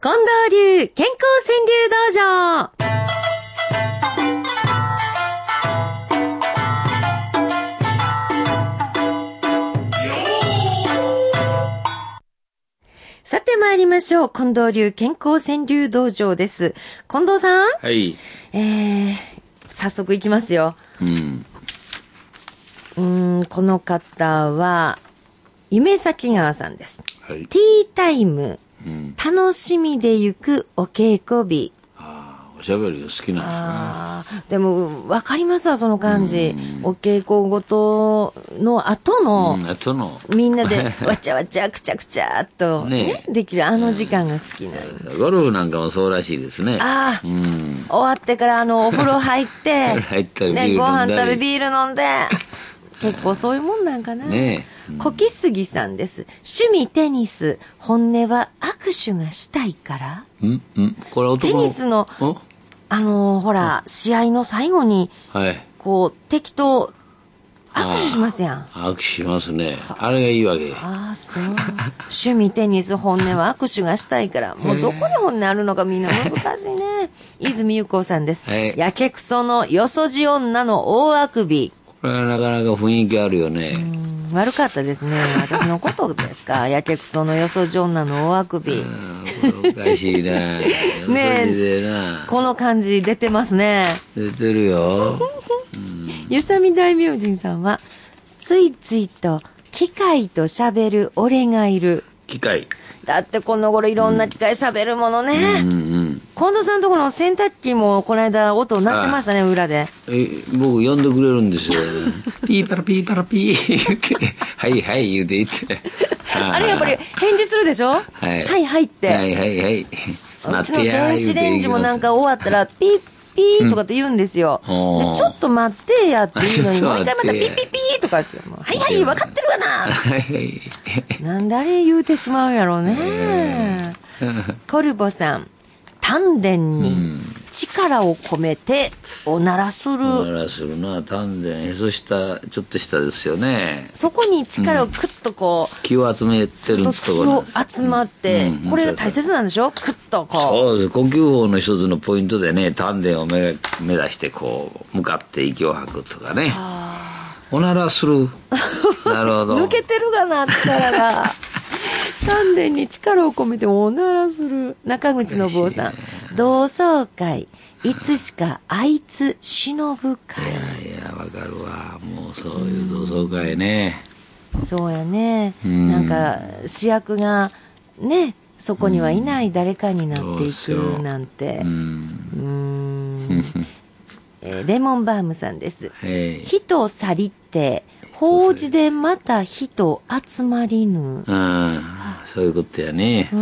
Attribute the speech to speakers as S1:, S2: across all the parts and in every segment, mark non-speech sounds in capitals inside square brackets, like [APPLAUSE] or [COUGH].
S1: 近藤流健康川柳道場さて参りましょう。近藤流健康川柳道場です。近藤さん
S2: はい。
S1: えー、早速いきますよ。
S2: うん。
S1: うーん、この方は、夢咲川さんです。
S2: はい。
S1: ティータイム、
S2: うん。
S1: 楽しみでゆくお稽古日。
S2: ああ、おしゃべりが好きなん
S1: あーでも、わかりますわ、その感じ。お稽古ごとの後
S2: です
S1: の
S2: ね。、うん。あとの、
S1: みんな
S2: [LAUGHS]
S1: で、わちゃわちゃ、くちゃくちゃっと、ね
S2: ね、
S1: できるあの時間が好きなの。
S2: ゴルフなんかもそうらしいですね。
S1: ああ、
S2: うん。
S1: 終わってから、あの、お風呂入
S2: [LAUGHS]
S1: って、
S2: 入ったり
S1: ね、
S2: ビール飲ん
S1: ご
S2: だ
S1: 飯
S2: り
S1: 食べ、ビー
S2: [LAUGHS]
S1: ル飲んで、結構そういうもんなんかな。
S2: ねえ。うん
S1: 小木杉さんです。趣味テニス、本音は握手がしたいから。
S2: うんうん。これ男
S1: テニスの
S2: お
S1: あのーほら、試合の最後に、
S2: はい。
S1: こう、敵と握手しますやん。
S2: 握手しますね。あれがいいわけ。
S1: ああ、そう。趣味テニス、本音は握手がしたいから。もうどこに本音あるのかみんな難しい
S2: [LAUGHS]
S1: ね。泉ゆ子さんです。
S2: はい
S1: やけくそのよそじ女の大あくび。
S2: これはなかなか雰囲気あるよね。
S1: うん悪かったですね。私のことです
S2: [LAUGHS]
S1: か。やけくそのよそじ女の大あくび。
S2: うんおかしいな。
S1: [LAUGHS] ねえ
S2: それでな。
S1: この感じ出てますね。
S2: 出てるよ。
S1: ゆさみ大明神さんは、ついついと機械と喋る俺がいる。
S2: 機械。
S1: だってこの頃いろんな機械喋るものね。
S2: うんうん。
S1: 近藤さんとこの洗濯機もこの間音鳴ってましたね、裏で。
S2: え僕呼んでくれるんですよ。 [LAUGHS] ピーパラピーパラピー言って、はいはい言うて言って。
S1: あれやっぱり返事するでしょはいはいはいっ
S2: は
S1: て。
S2: いはいはい。
S1: うちの電子レンジもなんか終わったら、ピッピーとかって言うんですよ。で
S2: うん
S1: ちょっと待ってやっていうの
S2: [LAUGHS]
S1: に、
S2: ちょっ
S1: 毎回
S2: と待って
S1: またピッピッピーとかって、もうはいはい、わかってるわな
S2: はいはい。
S1: なんであれ言うてしまうんやろうね。コルボさん、丹田に力を込めておならする。
S2: おならするな、丹田、へそ下、ちょっと下ですよね。
S1: そこに力をクッとこう、
S2: 気を集めてるんですとこ
S1: 気
S2: ろなん
S1: を
S2: です。
S1: 集まって、
S2: うん
S1: これが大切なんでしょクッとこ
S2: そうです。呼吸法の一つのポイントでね、丹田を目が目指して、こう、向かって息を吐くとかね。おならする。なるほ
S1: う。[LAUGHS]
S2: ど。
S1: 抜けてるがな、力
S2: [LAUGHS]
S1: が。丹田に力を込めておならする。中口信夫さん。同窓会。いつしかあいつ忍ぶ会。
S2: いや、わかるわ。もうそういう同窓会ね。
S1: そうやね。
S2: うん
S1: なんか、主役が、ね、そこにはいない誰かになっていくなんて
S2: う。ん。 [LAUGHS]
S1: うーん。えーレモンバームさんです。
S2: はい。
S1: 人去りって、法事でまた人集まりぬ。
S2: うん。そういうことやね
S1: う。ー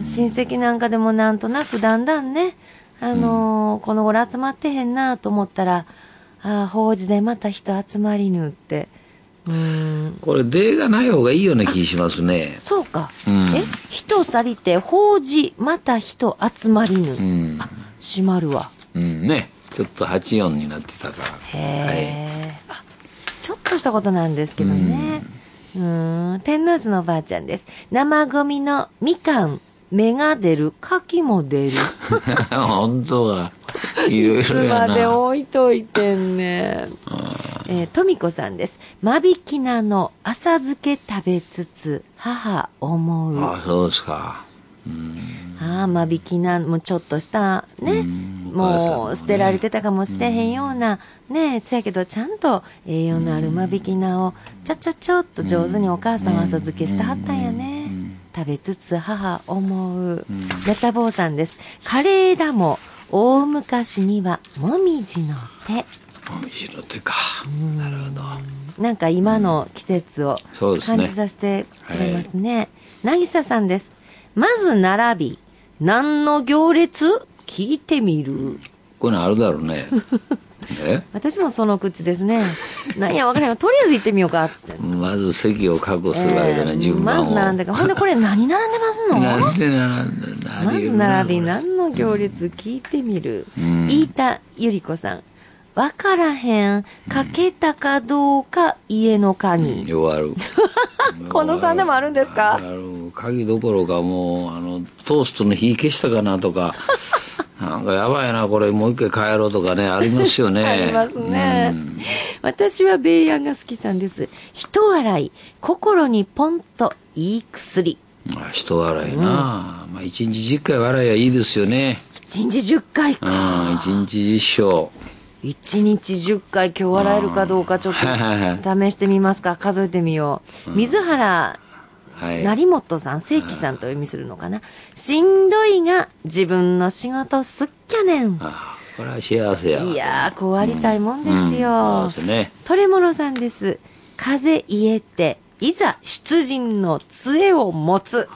S1: ん、親戚なんかでもなんとなくだんだんね、あのーこの頃集まってへんなと思ったら、ああ、法事でまた人集まりぬって。うーん、
S2: これ、例がない方がいいような気しますね。
S1: そうか。
S2: うん
S1: え人去りて、法事また人集まりぬ。
S2: うん。
S1: 閉まるわ。
S2: うんね。ちょっと84になってたから。はい。
S1: へえ、あちょっとしたことなんですけどね。うーん、天皇寺のばあちゃんです。生ゴミのみかん、芽が出る、柿も出 [LAUGHS] る。
S2: [LAUGHS] 本当は、いろい
S1: いつ
S2: ろや
S1: まで
S2: な。
S1: 置いといてん [LAUGHS] ね。えー、とみこさんです。間引き菜の浅漬け食べつつ、母思う。あ
S2: あ、そうですか。うん。
S1: あ、間引き菜もちょっとした、ね。
S2: ん
S1: もう捨てられてたかもしれへんような、ねえ、せやけどちゃんと栄養のある間引き菜を、ちょちょちょっと上手にお母さんは浅漬けしてはったんやね。食べつつ母思う。やたぼうさんです。カレーだも、大昔にはもみじの手。
S2: もみじの手か。なるほど。
S1: なんか今の季節を
S2: そうですね
S1: 感じさせてくれますね。なぎささんです。まず並び、何の行列聞いてみる。
S2: こういうのあるだろ
S1: [LAUGHS]
S2: うね。え
S1: 私もその口です
S2: [LAUGHS]
S1: ね。なんやわからへんよ。とりあえず行ってみようかって。
S2: まず席を確保するわけだ
S1: え
S2: ね、
S1: ー
S2: 自分は
S1: まず並んでか。ほんでこれ何並んでます
S2: [LAUGHS]
S1: の
S2: なんで並んでんだ
S1: まず並び、
S2: な
S1: 何の行列聞いてみる。
S2: うん
S1: 飯田ゆり子さん。わからへん。かけたかどうか、家の鍵。
S2: 弱る。
S1: [LAUGHS] 近藤さんでもあるんですか
S2: あるもう鍵どころかもうあのトーストの火消したかな
S1: [LAUGHS]
S2: とかなんかやばいなこれもう一回帰ろうとかねありますよ
S1: [LAUGHS]
S2: ね
S1: ありますね、私はベイヤンが好きさんです人笑い心にポンといい薬
S2: うんまあ人笑いな、まあ一日10回笑いはいいですよね
S1: 一日10回
S2: うん
S1: か
S2: 一日10
S1: 一日10回今日笑えるかどうか
S2: [LAUGHS]
S1: ちょっと
S2: はいはいは
S1: 試してみますか数えてみよう水原
S2: 勝はい
S1: 成本さん、正規さんとお読みするのかな。しんどいが自分の仕事すっきゃねん。
S2: ああこれは幸せやわ
S1: いやー、こうありたいもんです
S2: うん
S1: よ
S2: そう。ですね
S1: トレモロさんです。風言えて、いざ出陣の杖を持つ。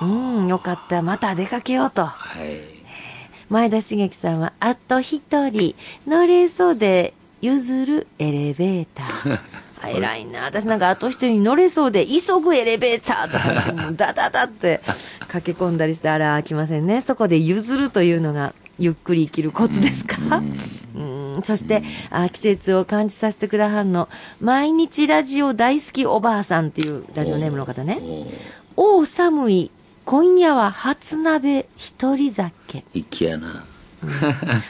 S1: うん、よかった。また出かけようと。
S2: はい
S1: 前田茂樹さんは、あと一人、乗れそうで譲るエレベータ [LAUGHS] ー。あ偉いな。私なんかあと一人に乗れそうで、急ぐエレベーターとか、もうダダダって駆け込んだりして、あら、飽きませんね。そこで譲るというのが、ゆっくり生きるコツですかうん、そして、あ季節を感じさせてくだはんの、毎日ラジオ大好きおばあさんっていうラジオネームの方ね。
S2: もう
S1: おう寒い、今夜は初鍋一人酒。
S2: 粋やな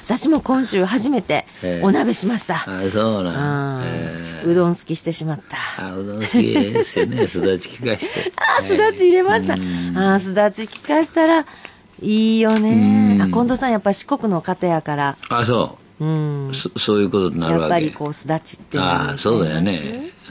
S1: 私も今週初めて
S2: ええ
S1: お鍋しました。
S2: あそうなん
S1: う
S2: え
S1: ん、
S2: ー
S1: うどん好きしてしまった。
S2: あうどん好きです
S1: [LAUGHS]
S2: よねすだち聞かして
S1: あ、すだち入れました。あ、すだち聞かしたら、いいよね。あ、近藤さんやっぱ四国の方やから、。
S2: あそううんそそういうことになる
S1: やっ
S2: わ
S1: ぱ
S2: け
S1: りこう、すだちっていうのに
S2: ああそうだよね、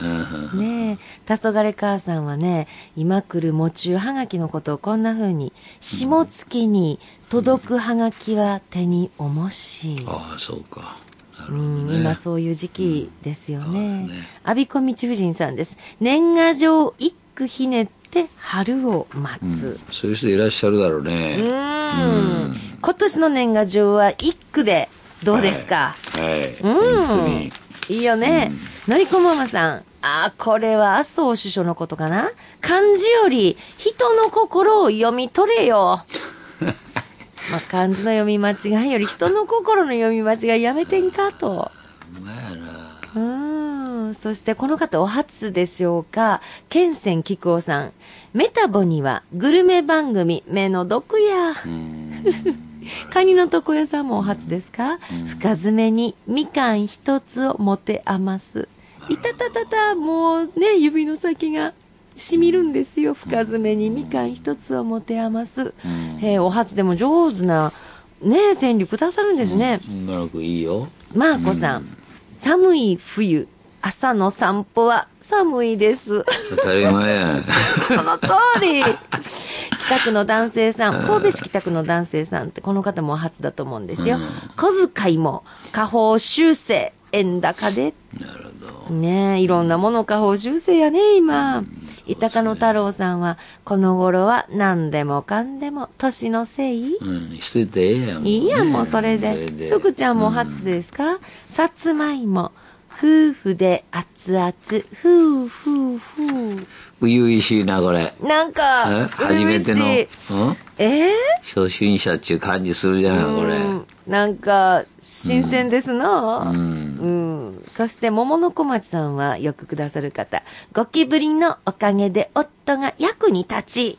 S2: うんうん
S1: ねえ、黄昏母さんはね、今来る喪中はがきのことをこんな風に、下月に届くはがきは手に重し。
S2: ああそうかなる
S1: う
S2: ほど
S1: ん、
S2: ね
S1: 今そういう時期ですよ
S2: そう
S1: ね
S2: ですね。
S1: 阿ビ子道夫人さんです。年賀状一句ひねって春を待つ。
S2: そういう人いらっしゃるだろう
S1: う
S2: ね、
S1: ーん。今年の年賀状は一句でどうですか、
S2: はい、
S1: う
S2: 本
S1: ん
S2: 当に。
S1: いいよね。のりこママさん。あーこれは麻生首相のことかな漢字より人の心を読み取れ [LAUGHS] よ。まあ、漢字の読み間違いより人の心の読み間違いやめてんかと。
S2: ほんまやな
S1: うーん。そしてこの方お初でしょうか。ケンセンキクオさん。メタボにはグルメ番組、目の毒や。 [LAUGHS] カニの床屋さんもお初ですか、深爪にみかん一つを持て余す。いたたたた、もうね、指の先が染みるんですよ。深爪にみかん一つを持て余す。えーお初でも上手な、ね、川柳くださるんですね。
S2: 女の子いいよ
S1: マーコさん、寒い冬、朝の散歩は寒い [LAUGHS] です。
S2: 当たり前やん
S1: この通り。北区の男性さん、神戸市北区の男性さんって、この方もお初だと思うんですよ。小遣いも、下方修正、円高で。
S2: なるほど
S1: ねえ、いろんなもの下方修正やね、今。豊かの太郎さんは、この頃は何でもかんでも、年のせい
S2: うんしといてええやん
S1: いいやん、
S2: ね
S1: もうそれで。福ちゃんも初ですか、さつまいも。夫婦で熱々。ふうふうふう。
S2: 初々しいなこれ
S1: なん
S2: え
S1: か、
S2: 初めての
S1: 初々しい
S2: うん
S1: え
S2: 初心者っていう感じするじゃんこれ
S1: ー、なんか、新鮮ですな、うん、そして、桃の小町さんはよくくださる方。ゴキブリのおかげで夫が役に立ち。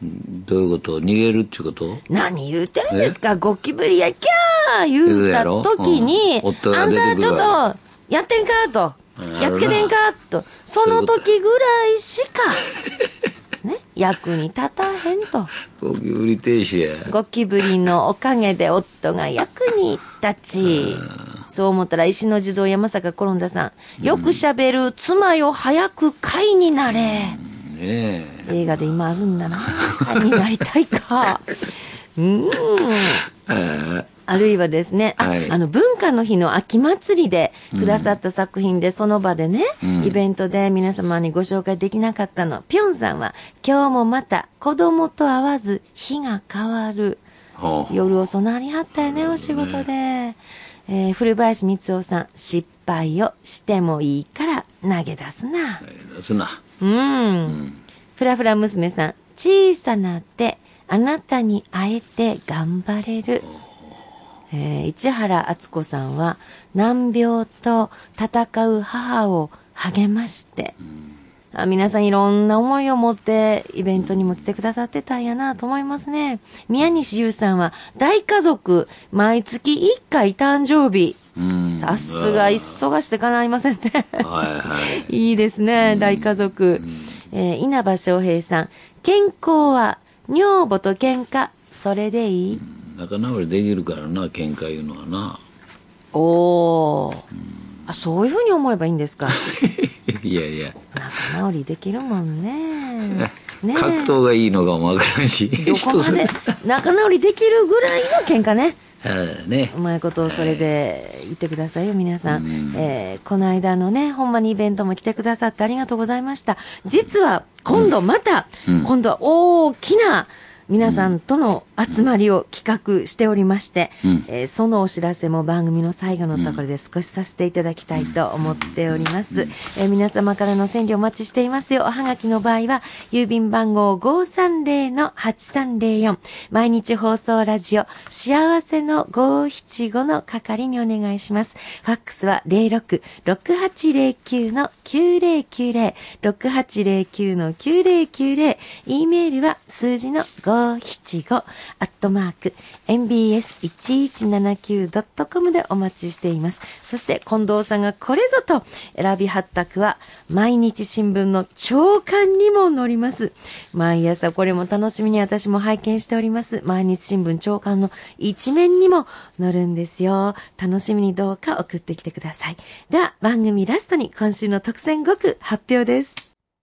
S2: どういうこと逃げるっていうこと
S1: 何言ってるんですかゴキブリやキャー言うた時に、
S2: 言うやろうん夫
S1: あ
S2: が
S1: ん
S2: 出てく
S1: た
S2: る
S1: ちょっと、やってんかと
S2: うん、
S1: やっつけてんかと、その時ぐらいし
S2: [LAUGHS]
S1: か、ね、役に立たへんと。
S2: ゴキブリ停止や
S1: ゴキブリのおかげで夫が役に立ち、そう思ったら石の地蔵山坂転んださん、よく喋る妻よ早く会になれ。
S2: ね
S1: 映画で今あるんだな。会になりたい
S2: [LAUGHS]
S1: か。うん。
S2: ええ
S1: あるいはですね、あ、
S2: はい
S1: あの、文化の日の秋祭りでくださった作品で、その場でね、イベントで皆様にご紹介できなかったの。ぴょんさんは、今日もまた子供と会わず日が変わる。
S2: ほう
S1: 夜遅なりはったよね、お仕事で。えー、古林光夫さん、失敗をしてもいいから投げ出すな。
S2: 出すな
S1: うん。ふらふら娘さん、小さな手、あなたに会えて頑張れる。えー市原敦子さんは、難病と戦う母を励まして、あ皆さんいろんな思いを持ってイベントにも来てくださってたんやなと思いますね。宮西優さんは大家族、毎月1回誕生日。
S2: うん
S1: さすが、忙してかないませんね。
S2: はいはい。
S1: いいですね、大家族。えー稲葉翔平さん、健康は女房と喧嘩、それでいい、
S2: 仲直りできるからな、喧嘩いうの
S1: [LAUGHS]
S2: はな。
S1: おー。あ、そういうふうに思えばいいんですか。
S2: いやいや、
S1: 仲直りできるもん
S2: [LAUGHS]
S1: ね。ね
S2: 格闘がいいのかもわからんし、
S1: どこまで
S2: [LAUGHS] 人
S1: 仲直りできるぐらいの喧嘩ね。
S2: それぞれね
S1: う。まいことをそれで言ってくださいよ、皆さん。えーこの間のね、ほんまにイベントも来てくださってありがとうございました。実は、今度また、今度は大きな、皆さんとの集まりを企画しておりまして、えーそのお知らせも番組の最後のところで少しさせていただきたいと思っております。えー皆様からの千里お待ちしていますよ。おはがきの場合は、郵便番号530-8304、毎日放送ラジオ、幸せの575の係にお願いします。ファックスは06-6809の9090、6809の9090、e メールは数字の575、アットマーク、mbs1179.com でお待ちしています。そして、近藤さんがこれぞと選びはった句は、毎日新聞の朝刊にも載ります。毎朝これも楽しみに私も拝見しております。毎日新聞朝刊の一面にも載るんですよ。楽しみにどうか送ってきてください。では、番組ラストに今週の特選5句発表です。